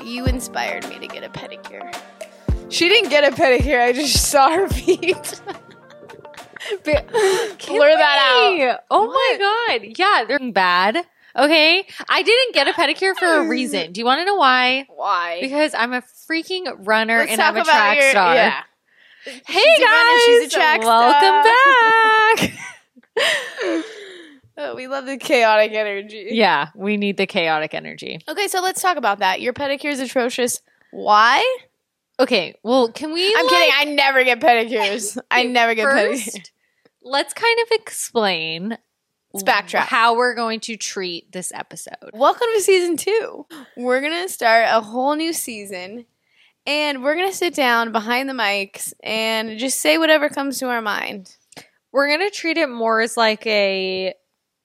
inspired me to get a pedicure. She didn't get a pedicure. I just saw her feet. Be- blur that out. Oh my god. Yeah, they're bad. Okay. I didn't get a pedicure for a reason. Do you want to know why? Why? Because I'm a freaking runner Let's and talk I'm a about track your- star. yeah. Hey She's a runner, guys, she's a track welcome back. Oh, we love the chaotic energy. yeah, we need the chaotic energy. Okay, so let's talk about that. Your pedicure is atrocious. Why? Okay, well, can we? I'm like, kidding. I never get pedicures. I never get pedicures. first, let's kind of explain. Let's backtrack. How we're going to treat this episode. Welcome to season two. We're going to start a whole new season and we're going to sit down behind the mics and just say whatever comes to our mind. We're going to treat it more as like a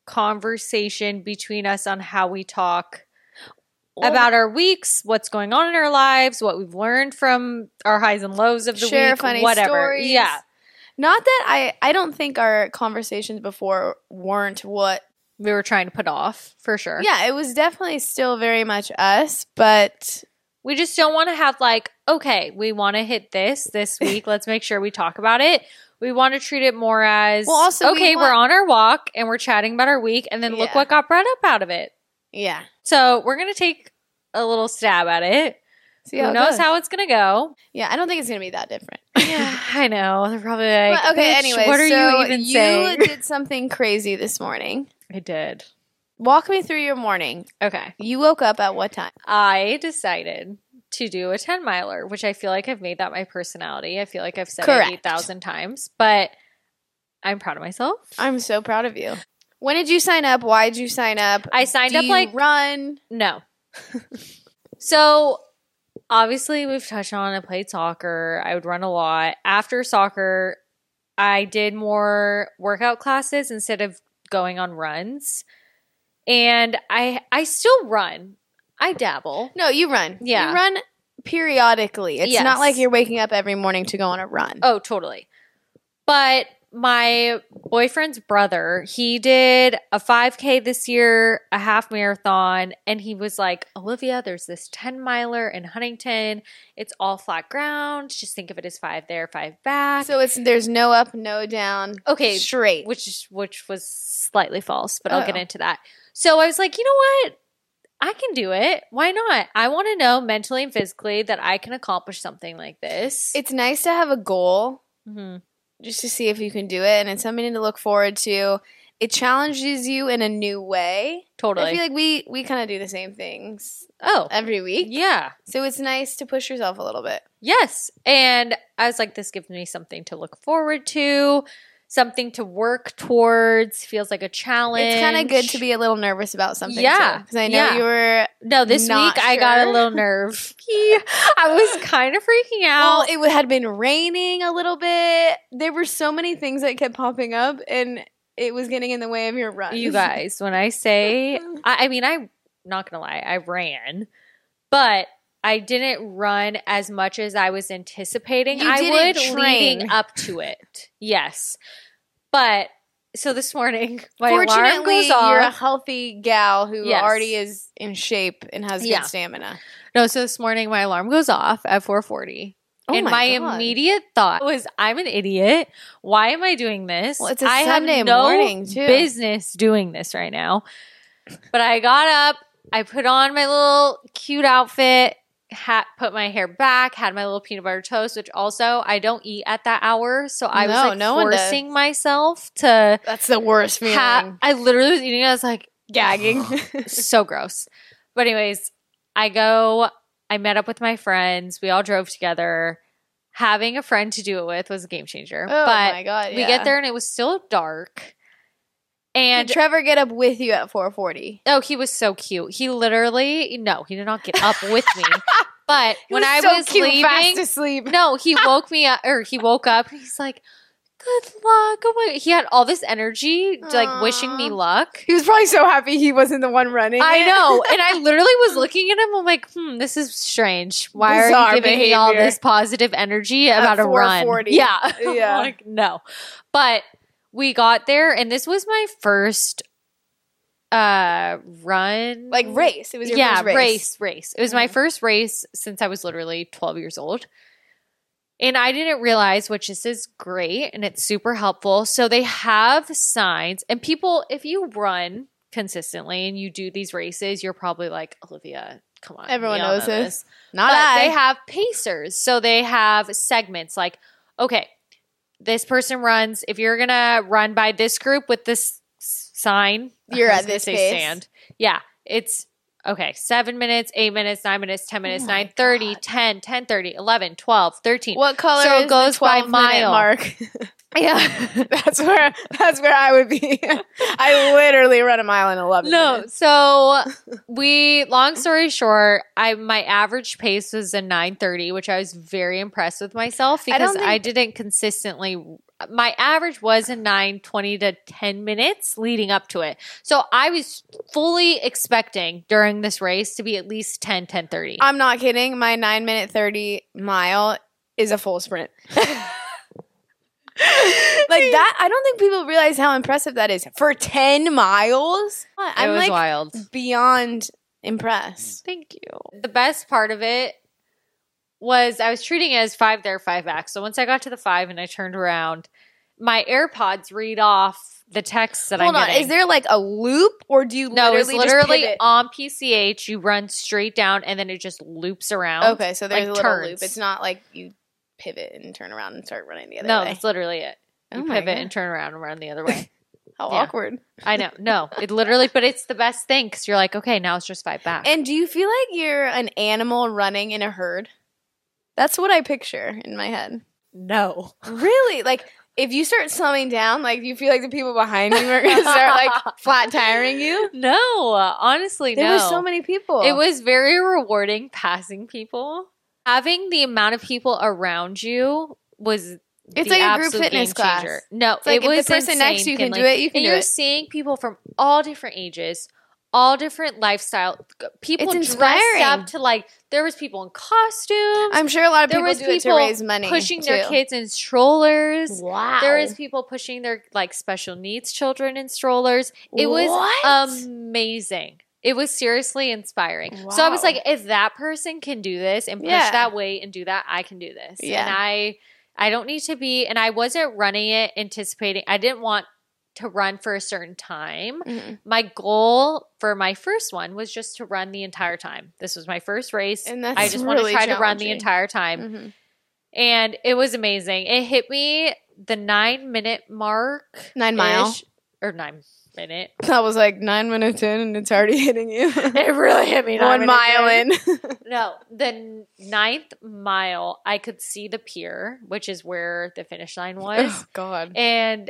conversation between us on how we talk about our weeks, what's going on in our lives, what we've learned from our highs and lows of the Share week, funny whatever. stories. Yeah, Not that I, I don't think our conversations before weren't what. we were trying to put off for sure. Yeah, it was definitely still very much us, but We just don't want to have like, okay, we want to hit this this week. Let's make sure we talk about it. We want to treat it more as Well, also, we okay, want- are on our walk and we're chatting about our week, and then look Yeah. what got brought up out of it. yeah. So we're gonna take a little stab at it. See how Who it knows goes. how it's gonna go? Yeah, I don't think it's going to be that different. yeah, I know. They're probably like, But okay, "Bitch, anyway, what are so you even saying? did something crazy this morning. I did. Walk me through your morning. Okay, You woke up at what time? I decided to do a ten miler, which I feel like I've made that my personality. I feel like I've said Correct. it eight thousand times, but I'm proud of myself. I'm so proud of you. When did you sign up? Why did you sign up? I signed Do up you like run. no. so obviously we've touched on I played soccer. I would run a lot. After soccer, I did more workout classes instead of going on runs. And I I still run. I dabble. No, you run. Yeah. you run periodically. It's Yes. not like you're waking up every morning to go on a run. Oh, totally. But my boyfriend's brother, he did a 5K this year, a half marathon, and he was like, Olivia, there's this 10 miler in Huntington. It's all flat ground. Just think of it as five there, five back. So it's there's no up, no down. okay, straight. which is- which was slightly false, but I'll get Oh. into that. So I was like, you know what? I can do it. Why not? I want to know mentally and physically that I can accomplish something like this. It's nice to have a goal Mhm. just to see if you can do it, and it's something to look forward to. It challenges you in a new way. totally. I feel like we we kind of do the same things oh, every week. yeah. So it's nice to push yourself a little bit. Yes. And I was like, this gives me something to look forward to, something to work towards, feels like a challenge. It's kind of good to be a little nervous about something. Yeah, because I know yeah. you were. No, this not week I got a sure. little nerve. I was kind of freaking out. Well, it w- had been raining a little bit. There were so many things that kept popping up, and it was getting in the way of your run. you guys, when I say, I, I mean, I'm not going to lie, I ran, but I didn't run as much as I was anticipating You I would didn't train. leading up to it. Yes. But so this morning, my alarm Fortunately, goes off. you're a healthy gal who Yes. already is in shape and has Yeah. good stamina. No, so this morning my alarm goes off at 4:40. Oh and my, God. immediate thought was I'm an idiot. Why am I doing this? Well, it's a I Sunday morning, too. business doing this right now. But I got up, I put on my little cute outfit, hat, put my hair back, had my little peanut butter toast, which also I don't eat at that hour, so I was No, like no one does. forcing myself to That's the worst feeling. Oh have I literally was eating it. I was like Gagging. so gross. But anyways, I go. I met up with my friends. We all drove together. Having a friend to do it with was a game changer. oh but my god! we yeah. get there and it was still dark. Did And Trevor get up with you at 4:40? oh, he was so cute. He literally no, he did not get up with me. But He when I so was cute, fast leaving, asleep. no, he woke me up, or he woke up, and he's like, "Good luck." Oh my! He had all this energy, like wishing me Aw. luck. He was probably so happy he wasn't the one running. I it. know. And I literally was looking at him. I'm like, hmm, this is strange. Why are Bizarre you giving me all behavior. this positive energy At about a run? 4:40. Yeah. I'm Yeah. like, no. But we got there, and this was my first uh run Like race. It was your yeah first race. race. race it was my Mhm. first race since i was literally 12 years old and i didn't realize which this is great and it's super helpful so they have signs and people if you run consistently and you do these races you're probably like olivia come on Everyone we all knows know this. Not but I. they have pacers so they have segments like okay this person runs if you're gonna run by this group with this s- sign I You're was at gonna this say pace. yeah it's okay seven minutes eight minutes nine minutes ten minutes Oh my nine thirty God. ten ten thirty eleven twelve thirteen what color So it is the goes by 12 minute mile. mark? yeah that's where that's where I would be. I literally run a mile in eleven. no minutes. so we long story short i my average pace was a 930 which i was very impressed with myself I because don't i, didn't consistently my average was a 920 to 10 minutes leading up to it so i was fully expecting during this race to be at least 10 10 30 I'm not kidding. My nine minute thirty mile is a full sprint. like that, I don't think people realize how impressive that is for ten miles. it I'm was like wild beyond impressed. Thank you. The best part of it was I was treating it as five there, five back. So once I got to the five and I turned around, my AirPods read off the text that Hold I'm on, getting. is there like a loop, or do you no, it's literally just literally pivot? on PCH. You run straight down and then it just loops around. okay? So there's like, a little loop. turns. It's not like you pivot and turn around and start running the other No, way. that's literally it. You Oh my pivot God. and turn around and run the other way. How yeah. awkward. I know. No, it literally, but it's the best thing because you're like, okay, now it's just five back. And do you feel like you're an animal running in a herd? That's what I picture in my head. no. Really? Like if you start slowing down, like you feel like the people behind you are gonna start like flat tiring you. No, honestly, There no. were so many people. It was very rewarding passing people. Having the amount of people around you was It's the like a group absolute fitness game class. changer. No, It's like it if the was person next to you can insane, do Kinley. it, you can And do you're it. seeing people from all different ages, all different lifestyle. People It's dressed inspiring. up to like there was people in costumes, I'm sure a lot of There people was do it to people raise money. pushing their too. kids in strollers. Wow. There was people pushing their like special needs children in strollers. It was um, What? amazing. It was seriously inspiring. So I was Wow. like, if that person can do this and push Yeah. that weight and do that, I can do this. Yeah. And I I don't need to be and I wasn't running it anticipating I didn't want to run for a certain time. Mhm. My goal for my first one was just to run the entire time. This was my first race. And that's I just want to really try to run the challenging. entire time Mhm. and it was amazing. It hit me the nine minute mark, Nine mile. or nine minute. That was like nine minutes in, and it's already hitting you. It really hit me One mile in. No, the n- ninth mile, I could see the pier, which is where the finish line was, God. and.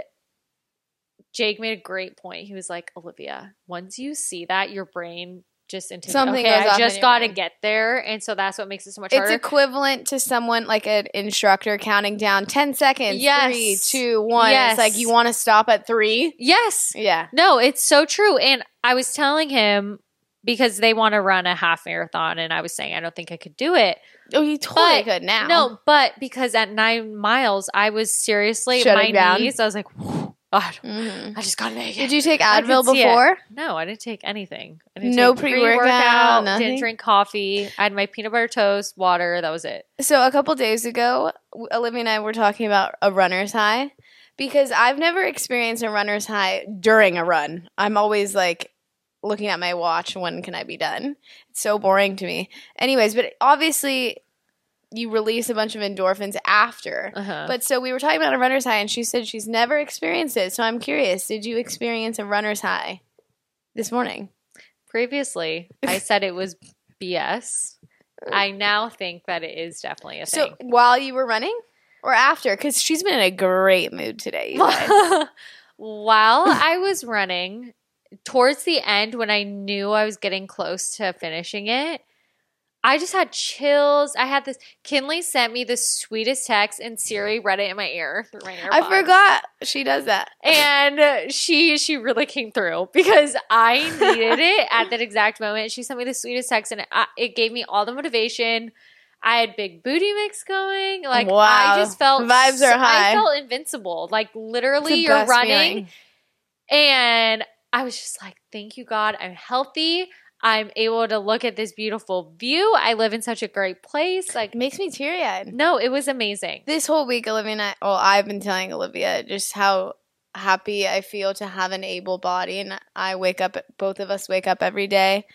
Jake made a great point. He was like, Olivia, once you see that, your brain just anticipates. Something okay, goes off I in just your got to brain." get there, and so that's what makes it so much It's harder. equivalent to someone like an instructor counting down ten seconds. Yes. Three, two, one. Yes. It's like you want to stop at three. yes, Yeah. No, it's so true. And I was telling him because they want to run a half marathon, and I was saying I don't think I could do it. Oh, you totally But- could now. No, but because at nine miles, I was seriously Shutting my down. knees. I was like, "Whew, God, Mhm. I just gotta make Did it. you take I could Advil see it. before? No, I didn't take anything. I didn't No take pre-workout, pre-workout, nothing? Didn't drink coffee. I had my peanut butter toast, water. That was it. So a couple days ago, w- Olivia and I were talking about a runner's high because I've never experienced a runner's high during a run. I'm always like looking at my watch, when can I be done? It's so boring to me. Anyways, but obviously you release a bunch of endorphins after. Uh-huh. But so we were talking about a runner's high and she said she's never experienced it. So I'm curious, did you experience a runner's high this morning? previously, I said it was BS. I now think that it is definitely a So thing. while you were running or after? Because she's been in a great mood today. you guys. While I was running, towards the end, when I knew I was getting close to finishing it, I just had chills. I had this. Kinley sent me the sweetest text, and Siri read it in my ear through my ear. I forgot she does that. and she she really came through because I needed it at that exact moment. She sent me the sweetest text, and I, it gave me all the motivation. I had big booty mix going, like Wow. I just felt Vibes are high. I felt invincible, like It's the literally you're best feeling. running and I was just like, thank you, God, I'm healthy. I'm able to look at this beautiful view. I live in such a great place. Like, It makes me teary eyed. no, it was amazing. This whole week, Olivia and I, well, I've been telling Olivia just how happy I feel to have an able body. And I wake up, both of us wake up every day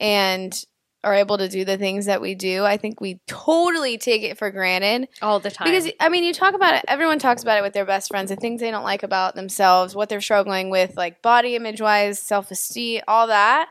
and are able to do the things that we do. I think we totally take it for granted. All the time. Because, I mean, you talk about it, everyone talks about it with their best friends, the things they don't like about themselves, what they're struggling with, like body image wise, self esteem, all that.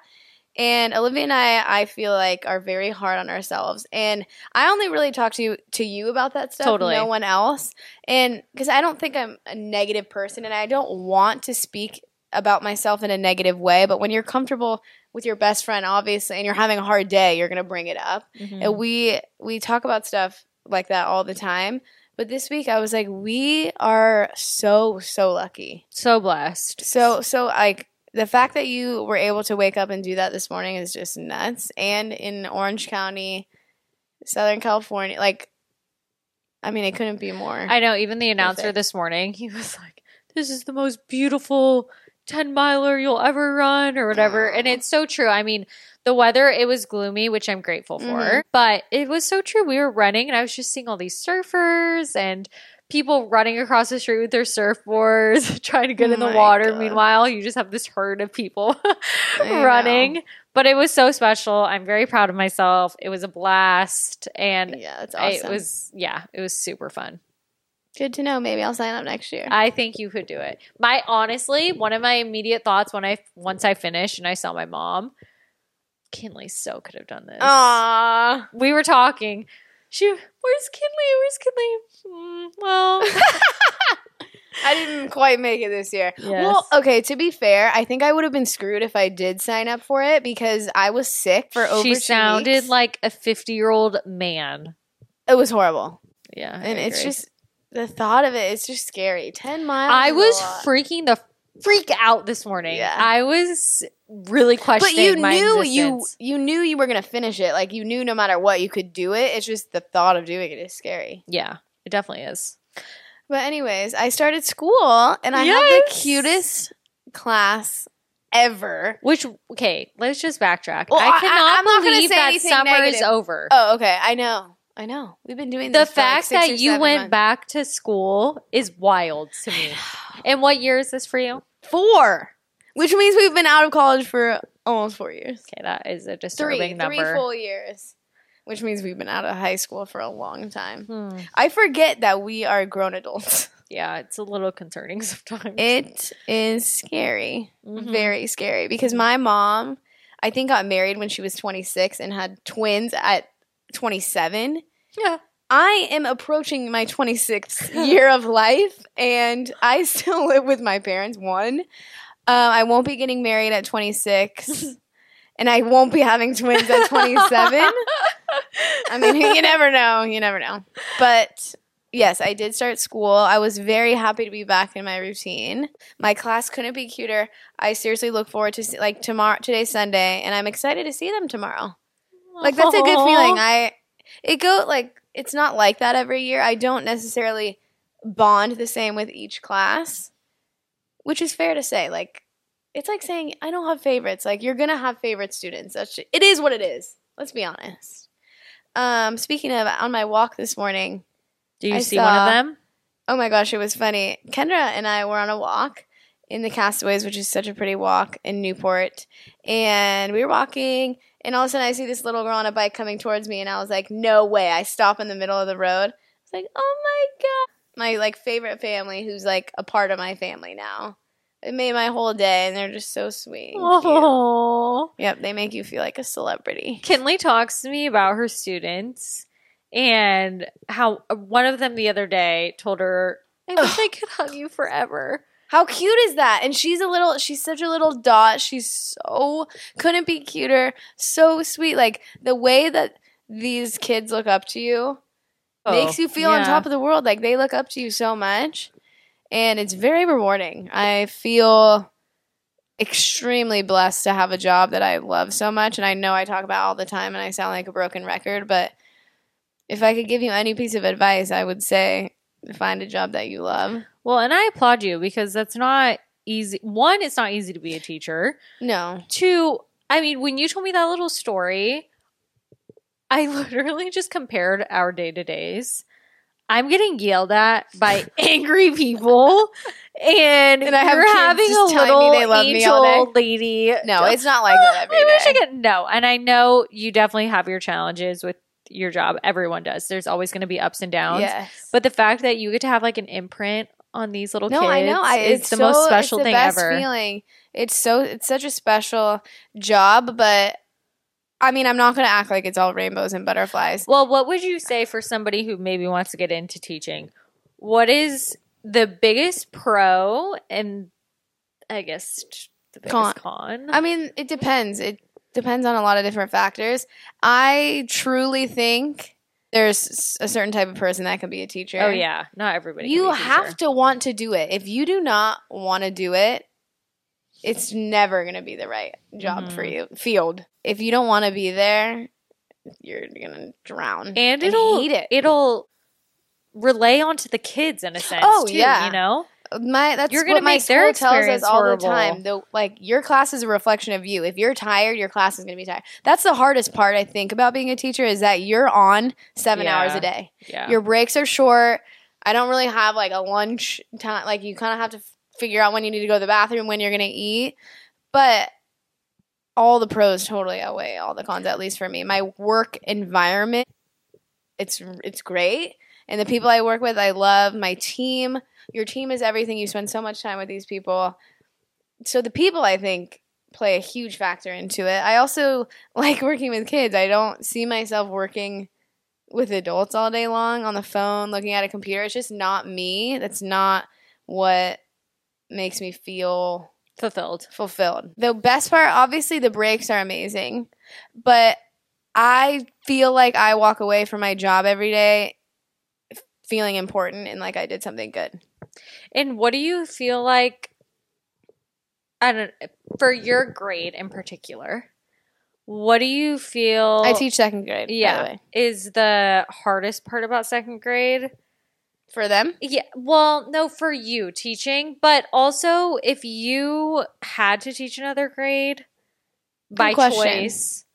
And Olivia and I, I feel like, are very hard on ourselves. And I only really talk to you, to you about that stuff, Totally. no one else. And because I don't think I'm a negative person and I don't want to speak about myself in a negative way. But when you're comfortable with your best friend, obviously, and you're having a hard day, you're going to bring it up. Mm. And we we talk about stuff like that all the time. But this week I was like, we are so so lucky. so blessed. So so like the fact that you were able to wake up and do that this morning is just nuts. And in Orange County, Southern California, like I mean, it couldn't be more. I know, even the announcer Perfect. this morning, he was like, This is the most beautiful 10 miler you'll ever run, or whatever. And Aw. it's so true. I mean, the weather, it was gloomy, which I'm grateful for, Mhm. but it was so true. We were running, and I was just seeing all these surfers and people running across the street with their surfboards, trying to get in the My water. God. Meanwhile, you just have this herd of people I know. running. But it was so special. I'm very proud of myself. It was a blast. And Yeah, it's I- awesome. it was, yeah, it was super fun. good to know. Maybe I'll sign up next year. I think you could do it. My honestly, one of my immediate thoughts when I once I finished and I saw my mom, Kinley so could have done this. Aww. We were talking. She, where's Kinley? Where's Kinley? Mm, well, I didn't quite make it this year. Yes. Well, okay, to be fair, I think I would have been screwed if I did sign up for it because I was sick for over she two sounded weeks. like a fifty-year-old man. it was horrible. Yeah, I and it's agree. just the thought of it is just scary. 10 miles. I is was a lot. freaking the freak out this morning. Yeah. I was really but questioning. you my knew you existence. you knew you were going to finish it. Like you knew no matter what you could do it. It's just the thought of doing it is scary. Yeah, it definitely is. But anyways, I started school and I had the Yes. cutest class ever. Which okay, let's just backtrack. Well, I- I I- cannot I'm not gonna believe say that anything summer is negative. over. Oh, okay. I know. I know. We've been doing the this for, like, fact six or that you seven went months. back to school is wild to me. and what year is this for you? Four. Which means we've been out of college for almost four years. Okay, that is a Three. disturbing Three number. full years. Which means we've been out of high school for a long time. Hmm. I forget that we are grown adults. Yeah, it's a little concerning sometimes. It is scary. Mhm. Very scary. Because my mom, I think, got married when she was 26 and had twins at 27. yeah. I am approaching my 26th year of life and I still live with my parents. One, uh, I won't be getting married at 26 and I won't be having twins at 27. I mean, you never know. You never know. But yes, I did start school. I was very happy to be back in my routine. My class couldn't be cuter. I seriously look forward to see, like tomorrow, today's Sunday, and I'm excited to see them tomorrow like that's a good feeling Aw. i it go like it's not like that every year i don't necessarily bond the same with each class which is fair to say like it's like saying i don't have favorites like you're gonna have favorite students that's it is what it is let's be honest um speaking of on my walk this morning Do you I see one of saw- them? Oh my gosh, it was funny. Kendra and I were on a walk in the Castaways, which is such a pretty walk in Newport. And we were walking, and all of a sudden I see this little girl on a bike coming towards me, and I was like, no way. I stop in the middle of the road. It's like, oh my God. My like favorite family who's like a part of my family now. It made my whole day, and they're just so sweet. and cute. Oh. Yep, they make you feel like a celebrity. Kinley talks to me about her students and how one of them the other day told her, I wish I could hug you forever. How cute is that? And she's a little, she's such a little dot. She's so, couldn't be cuter. So sweet. Like the way that these kids look up to you makes you feel on Oh, Yeah. top of the world. Like they look up to you so much. And it's very rewarding. I feel extremely blessed to have a job that I love so much. And I know I talk about all the time and I sound like a broken record, but if I could give you any piece of advice, I would say find a job that you love. Well, and I applaud you because that's not easy. One, it's not easy to be a teacher. No. Two, I mean, when you told me that little story, I literally just compared our day to days. I'm getting yelled at by angry people, and, And I have you're kids having a just telling me little they love me all angel lady. No, it's not like that every Maybe I should day. get no. And I know you definitely have your challenges with your job. Everyone does. There's always going to be ups and downs. Yes. But the fact that you get to have like an imprint on these little no, kids I know. I, is it's the so- most special it's the thing best ever. Feeling. It's so. It's such a special job, but I mean, I'm not going to act like it's all rainbows and butterflies. Well, what would you say for somebody who maybe wants to get into teaching? What is the biggest pro and I guess t- the Con. biggest con? I mean, it depends. It depends on a lot of different factors. I truly think there's s- a certain type of person that can be a teacher. oh yeah, not everybody. You have to want to do it. If you do not want to do it, it's never going to be the right job for Mhm. you. Field. If you don't want to be there, you're going to drown and it'll hate it. will relay onto the kids in a sense. Oh, too, yeah. you know. My that's You're what gonna my make their school tells us experience all horrible. the time. Though, like your class is a reflection of you. If you're tired, your class is gonna be tired. That's the hardest part I think about being a teacher is that you're on seven Yeah. hours a day. Yeah, Your breaks are short. I don't really have like a lunch time. Like you kind of have to f- figure out when you need to go to the bathroom, when you're gonna eat. But all the pros totally outweigh all the cons, at least for me. My work environment, it's it's great, and the people I work with, I love. My team, your team is everything. You spend so much time with these people, so the people I think play a huge factor into it. I also like working with kids. I don't see myself working with adults all day long on the phone looking at a computer. It's just not me. That's not what makes me feel fulfilled. fulfilled. The best part, obviously, the breaks are amazing, but I feel like I walk away from my job every day feeling important and like I did something good. And what do you feel like? I don't for your grade in particular. What do you feel? I teach second grade, yeah. Yeah, is the hardest part about second grade. For them? Yeah, well, no, for you teaching, but also if you had to teach another grade by question. choice.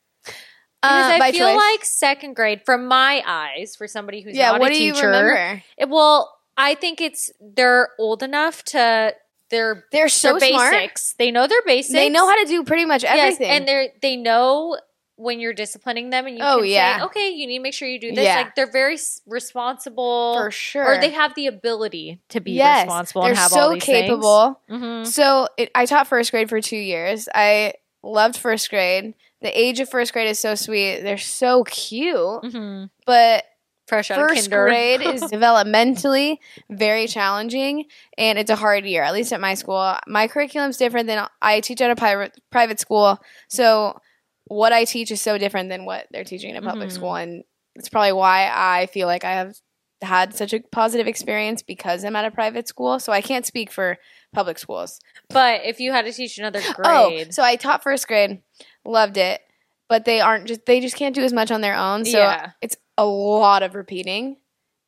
Because Uh, I by feel choice. like second grade, from my eyes, for somebody who's yeah, not what a do you teacher, remember? it, well, I think it's they're old enough to they're They're so their smart. basics. They know their basics. They know how to do pretty much everything. Yes, and they are they know when you're disciplining them, and you Oh, can say, yeah. "Okay, you need to make sure you do this." Yeah. Like they're very s- responsible, for sure. or they have the ability to be Yes, responsible they're and have so all these capable. things. Mm-hmm. So it, I taught first grade for two years. I loved first grade. The age of first grade is so sweet. They're so cute. Mhm. Mhm. But Fresh out of first kinder. grade is developmentally very challenging and it's a hard year, at least at my school. My curriculum's different than I teach at a private, private school. So what I teach is so different than what they're teaching in a public Mhm. school. And it's probably why I feel like I have had such a positive experience because I'm at a private school. So I can't speak for public schools. but if you had to teach another grade, Oh, so I taught first grade, loved it, but they aren't just they just can't do as much on their own. So yeah, it's a lot of repeating,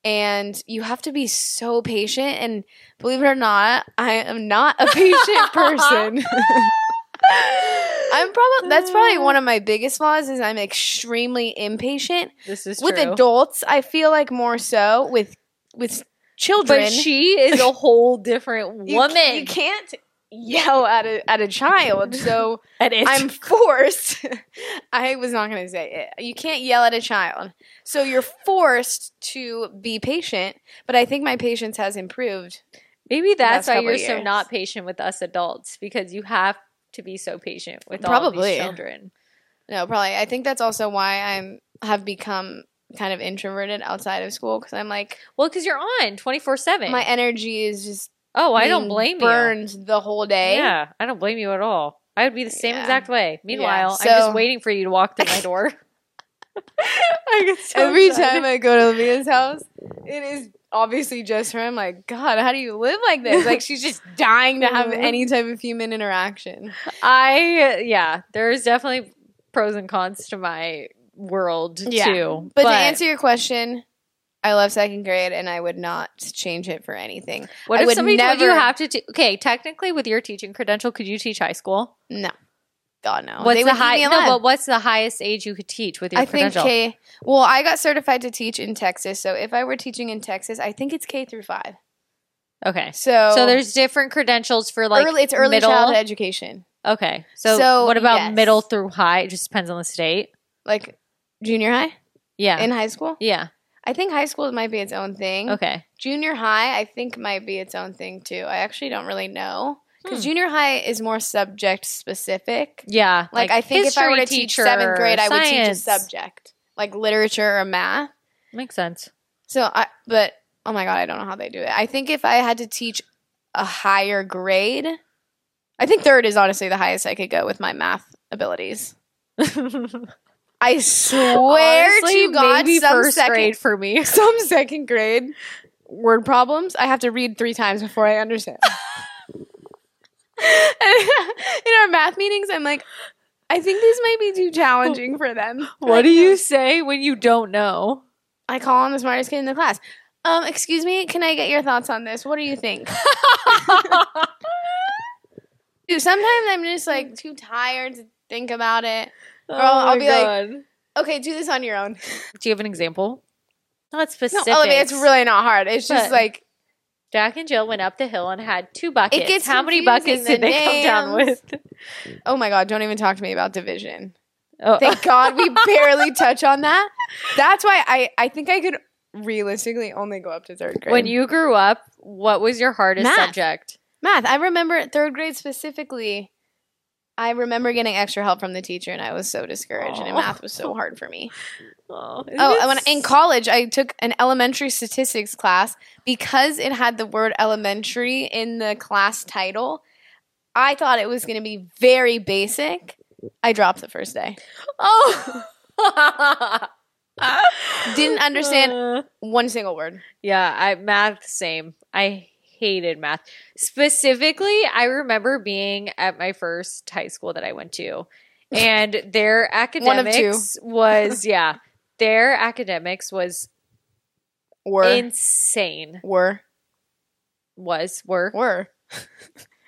and you have to be so patient. And believe it or not, I am not a patient person. I'm probably that's probably one of my biggest flaws is I'm extremely impatient this is with true. adults. I feel like more so with with children. But she is a whole different You c- woman. you can't yell at a at a child. So. And it's- I'm forced. I was not going to say it. You can't yell at a child. So you're forced to be patient, but I think my patience has improved. maybe last that's why couple you're so years. not patient with us adults because you have to be so patient with all Probably. these children. No, probably. I think that's also why I'm have become kind of introverted outside of school cuz I'm like Well, because you're on twenty four seven. my energy is just Oh, I don't being blame you. burned the whole day. Yeah, I don't blame you at all. I would be the same Yeah. exact way. Meanwhile, I'm so- just waiting for you to walk through my door. I get so Every excited. time I go to Leah's house, it is obviously just her. I'm like, God, how do you live like this? Like she's just dying to have any type of human interaction. I yeah, there's definitely pros and cons to my world Yeah. too. But, to answer your question, I love second grade, and I would not change it for anything. What I if would somebody told you never- have to? T- okay, technically, with your teaching credential, could you teach high school? No, God no. What's Oh, They the would eat high? me No, alive. but what's the highest age you could teach with your I think credential? K. Well, I got certified to teach in Texas, so if I were teaching in Texas, I think it's K through five. okay, So so there's different credentials for like early. It's early middle. childhood education, Okay, so, So, what about yes. middle through high? It just depends on the state. like junior high Yeah, in Mm-hmm. high school. yeah. I think high school might be its own thing. Okay, Junior high, I think, might be its own thing too. I actually don't really know because Hmm. junior high is more subject specific. yeah. Like, I think if I were history to teach seventh grade, I would teach a science. subject like literature or math. Makes sense. So I, but oh my god, I don't know how they do it. I think if I had to teach a higher grade, I think third is honestly the highest I could go with my math abilities. I swear Honestly, to God, maybe some first second, grade for me. some second grade word problems, I have to read three times before I understand. In our math meetings, I'm like, I think these might be too challenging for them. um, What do you say when you don't know? I call on the smartest kid in the class. Um, excuse me, can I get your thoughts on this? What do you think? Dude, sometimes I'm just like too tired to think about it. Girl, I'll be like, Okay, do this on your own. Oh Do you have an example? Not No, specific. Olivia, it's really not hard. It's just But- like Jack and Jill went up the hill and had two buckets. It gets How many buckets confusing, did the they come down names. with? oh my god, don't even talk to me about division. Oh, Thank God we barely touch on that. That's why I I think I could realistically only go up to third grade. when you grew up, what was your hardest Math. subject? math, I remember third grade specifically. I remember getting extra help from the teacher, and I was so discouraged, and Aw. math was so hard for me. Oh, Oh, and when, in college, I took an elementary statistics class because it had the word elementary in the class title. I thought it was going to be very basic. I dropped the first day. Oh. Didn't understand Uh, one single word. yeah, I math same. I hated math. Specifically, I remember being at my first high school that I went to, and their One of two. academics was yeah, their academics was Were. insane. were. Was were Were.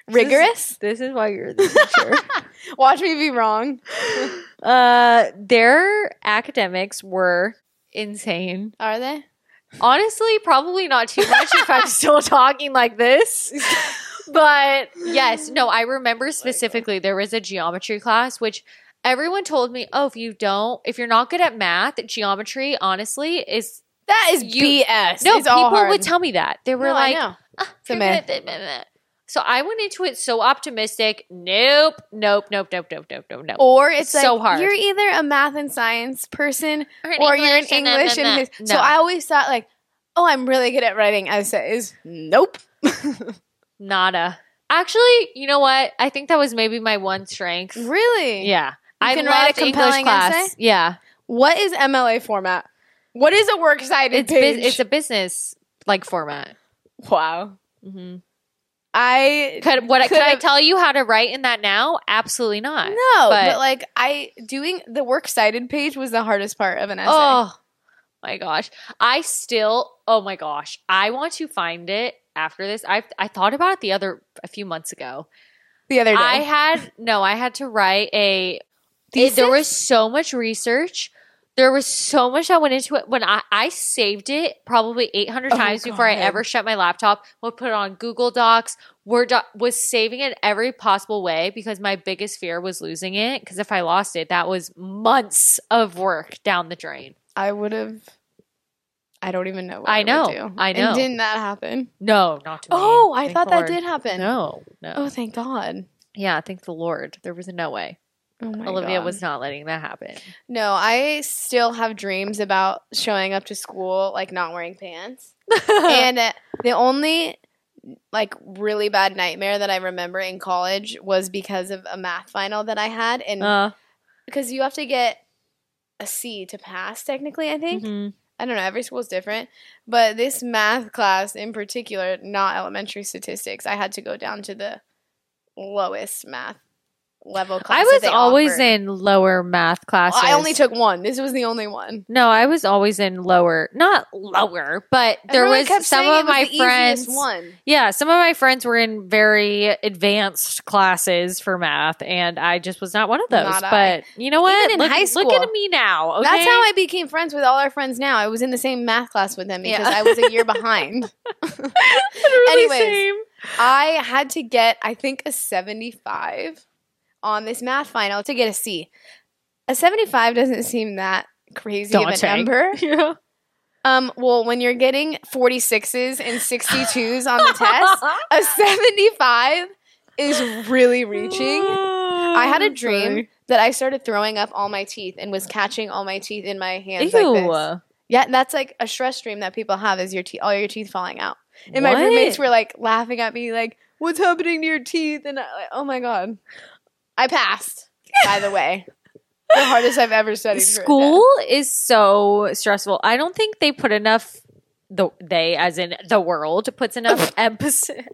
Rigorous? This is why you're the teacher. Watch me be wrong. uh, their academics were insane. Are they? Honestly, probably not too much if I'm still talking like this. But yes, no, I remember uh, specifically there was a geometry class which everyone told me, "Oh, if you don't, if you're not good at math, geometry honestly is That is You- BS. no." It's all people hard. would tell me that they were No, I like, know. "Ah, a you're myth. good at math." So I went into it so optimistic. Nope, nope, nope, nope, nope, nope, nope, nope. Or it's so like hard. you're either a math and science person or you're in English and his- so I always thought like, oh, I'm really good at writing essays. Nope. nada. Actually, you know what? I think that was maybe my one strength. Really? Yeah. I can write a loved English compelling class. essay? Yeah. What is MLA format? What is a works cited It's page? bu- it's a business like format. wow. Mhm. I Could what could Could I have- tell you how to write in that now? Absolutely not. no, but, but- like I doing the works cited page was the hardest part of an essay. oh my gosh. I still oh my gosh. I want to find it after this. I I thought about it the other a few months ago. the other day. I had no, I had to write a it- there was so much research. There was so much that went into it. When I, I saved it probably 800 Oh, times before I God. ever shut my laptop, would put it on Google Docs, Word doc, was saving it every possible way because my biggest fear was losing it. Because if I lost it, that was months of work down the drain. I would have. I don't even know. What I would know. do. I And know. didn't that happen? No, not to me. Oh, I Thank thought the that Lord. did happen. No, no. Oh, thank God. Yeah, thank the Lord. There was no way. Oh my Olivia God. was not letting that happen. No, I still have dreams about showing up to school like not wearing pants. and uh, the only like really bad nightmare that I remember in college was because of a math final that I had and Uh, because you have to get a C to pass technically, I think. mhm. I don't know, every school's different, but this math class in particular, not elementary statistics, I had to go down to the lowest math level class. I that was they always offered. in lower math classes. I only took one. This was the only one. No, I was always in lower, not lower, but there Everyone was kept some saying of it was my the easiest friends. One. Yeah, some of my friends were in very advanced classes for math, and I just was not one of those. Not I. but you know what? Even in look, high look at school. me now. Okay? That's how I became friends with all our friends. Now I was in the same math class with them because Yeah. I was a year behind. Literally Anyways. same. I had to get, I think, a 75 on this math final to get a C. A 75 doesn't seem that crazy of a Daunting. number. Yeah. Um, well, when you're getting 46s and 62s on the test, a 75 is really Oh, reaching. I had a dream that I started throwing up all my teeth and was catching all my teeth in my hands like this. Ew. Yeah, that's like a stress dream that people have is your teeth, all your teeth falling out. And my What? roommates were like laughing at me, like, "What's happening to your teeth?" And I, like, oh my god, I passed. by the way, the hardest I've ever studied. for a School is so stressful. I don't think they put enough. The they, as in the world, puts enough emphasis. test.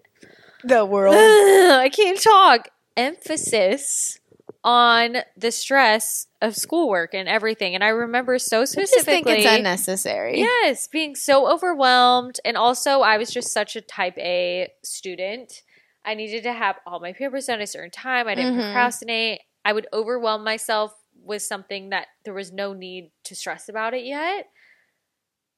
the world. I can't talk. Emphasis on the stress of schoolwork and everything. And I remember so I just think specifically. it's unnecessary. Yes, being so overwhelmed. And also, I was just such a type A student. I needed to have all my papers done at a certain time. I didn't Mhm. procrastinate. I would overwhelm myself with something that there was no need to stress about it yet.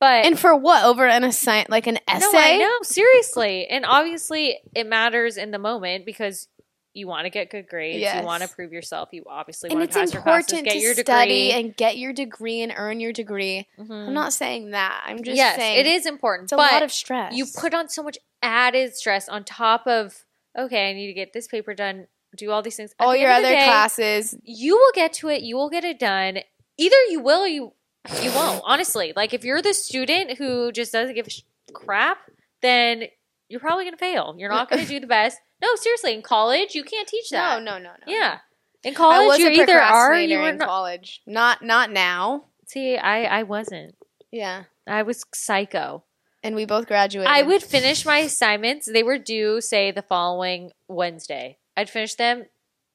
But And for what? Over an assign like an essay? no, I know, seriously. And obviously, it matters in the moment because you want to get good grades. Yes. You want to prove yourself. You obviously And want it's to pass your classes, important get your to degree. study and get your degree and earn your degree. Mhm. I'm not saying that. I'm just yes, saying it is important. It's a but lot of stress. you put on so much added stress on top of okay i need to get this paper done do all these things At all the your end of other the day, classes. you will get to it you will get it done either you will or you you won't honestly like if you're the student who just doesn't give a sh- crap then you're probably going to fail you're not going to do the best no seriously in college you can't teach No, that no, no, no. yeah in I college was you a either are or procrastinator you are in not college. Not not now. see i i wasn't Yeah. i was psycho And we both graduated. I would finish my assignments. They were due, say, the following Wednesday. I'd finish them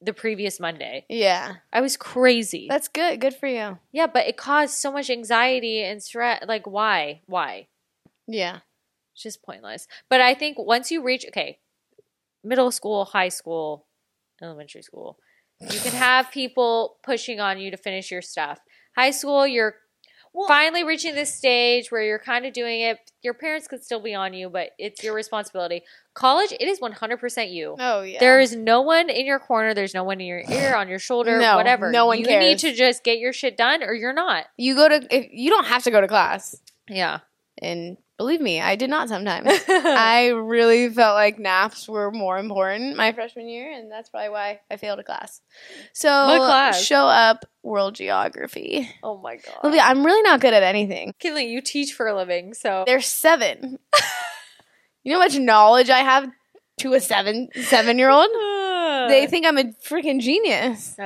the previous Monday. Yeah. I was crazy. That's good. Good for you. yeah, but it caused so much anxiety and stress. Like, why? Why? Yeah. It's just pointless. But I think once you reach, okay, middle school, high school, elementary school, you can have people pushing on you to finish your stuff. High school, you're finally reaching this stage where you're kind of doing it. Your parents could still be on you, but it's your responsibility. College, it is 100% you. Oh yeah. There is no one in your corner. There's no one in your ear, on your shoulder, No, whatever. no one you cares. need to just get your shit done, or you're not. you go to if, you don't have to go to class. Yeah. And believe me, I did not sometimes. I really felt like naps were more important my freshman year, and that's probably why I failed a class. So What class? show up world geography. oh my god. Olivia, I'm really not good at anything. Kinley, you teach for a living, so There's seven. you know how much knowledge I have to a seven seven year old? Uh, They think I'm a freaking genius.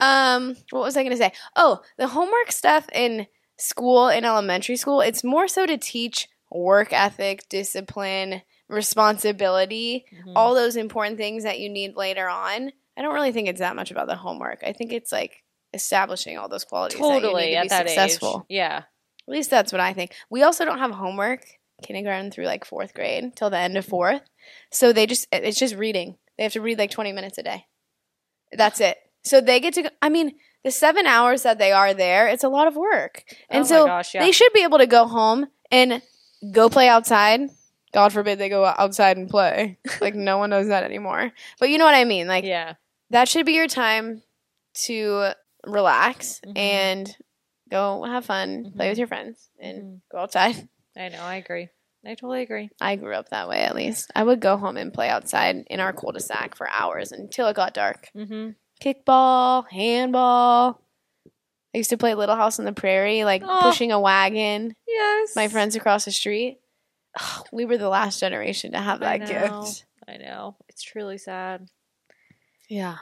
Um, what was I gonna say? Oh, the homework stuff in school in elementary school, it's more so to teach work ethic, discipline, responsibility, mm-hmm. Mm. all those important things that you need later on. I don't really think it's that much about the homework. I think it's like establishing all those qualities that you totally need to be at that successful. age. Yeah, At least that's what I think. We also don't have homework kindergarten through like fourth grade till the end Mm-hmm. of fourth. So they just, it- it's just reading. They have to read like 20 minutes a day. That's it. So they get to, go- I mean, the seven hours that they are there, it's a lot of work. And Oh my so gosh, yeah. they should be able to go home and go play outside. God forbid they go outside and play. like no one knows that anymore. But you know what I mean? Like yeah. that should be your time to relax Mhm. and go have fun, play Mhm. with your friends, and Mhm. go outside. I know. I agree. I totally agree. I grew up that way, at least. I would go home and play outside in our cul-de-sac for hours until it got dark. Mm-hmm. Kickball, handball. I used to play Little House on the Prairie, like Oh. pushing a wagon. Yes, My friends across the street. Ugh, we were the last generation to have I that know. gift. I know it's truly sad. Yeah.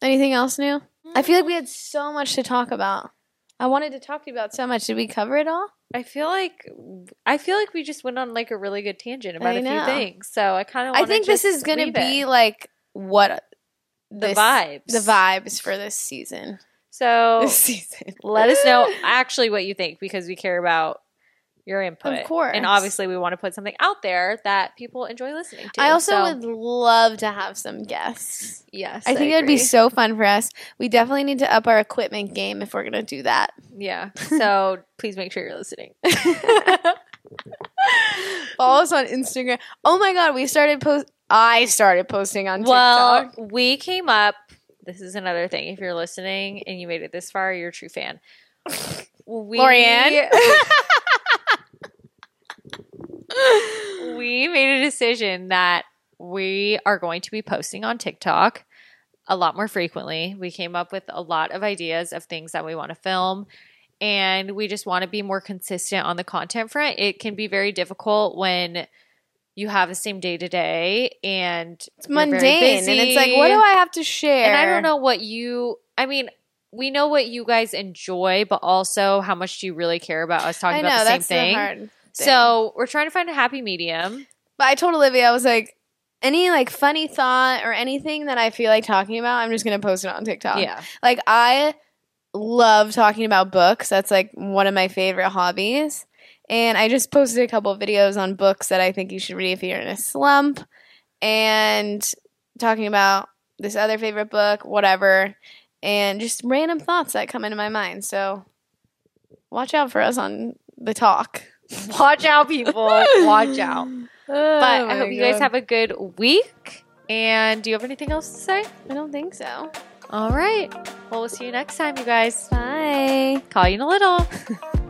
Anything else new? I feel like we had so much to talk about. I wanted to talk to you about so much. Did we cover it all? I feel like I feel like we just went on like a really good tangent about I a few know. things. So I kind of I think this is going to be like what the this- vibes. the vibes for this season. So This season. let us know actually what you think because we care about your input. Of course. And obviously we want to put something out there that people enjoy listening to. I also So- would love to have some guests. yes. I think it would be agree. so fun for us. We definitely need to up our equipment game if we're going to do that. Yeah. So please make sure you're listening. Follow us on Instagram. Oh my god, we started post. I started posting on well, TikTok. we came up. This is another thing. If you're listening and you made it this far, you're a true fan. We, Lorianne? we made a decision that we are going to be posting on TikTok a lot more frequently. We came up with a lot of ideas of things that we want to film. And we just want to be more consistent on the content front. It can be very difficult when you have the same day to day and It's you're very mundane, and it's like, what busy. do I have to share? And I don't know what you. I mean, we know what you guys enjoy, but also how much do you really care about us talking I know about the same that's the thing? hard thing. So we're trying to find a happy medium. but I told Olivia, I was like, any like funny thought or anything that I feel like talking about, I'm just going to post it on TikTok. yeah, Like I love talking about books. That's like one of my favorite hobbies. And I just posted a couple of videos on books that I think you should read if you're in a slump and talking about this other favorite book, whatever, and just random thoughts that come into my mind. So watch out for us on the talk. watch out, people! watch out. Oh But I hope you guys have a good week. And do you have anything else to say? I don't think so. All right. Well, we'll see you next time, you guys. Bye. Call you in a little.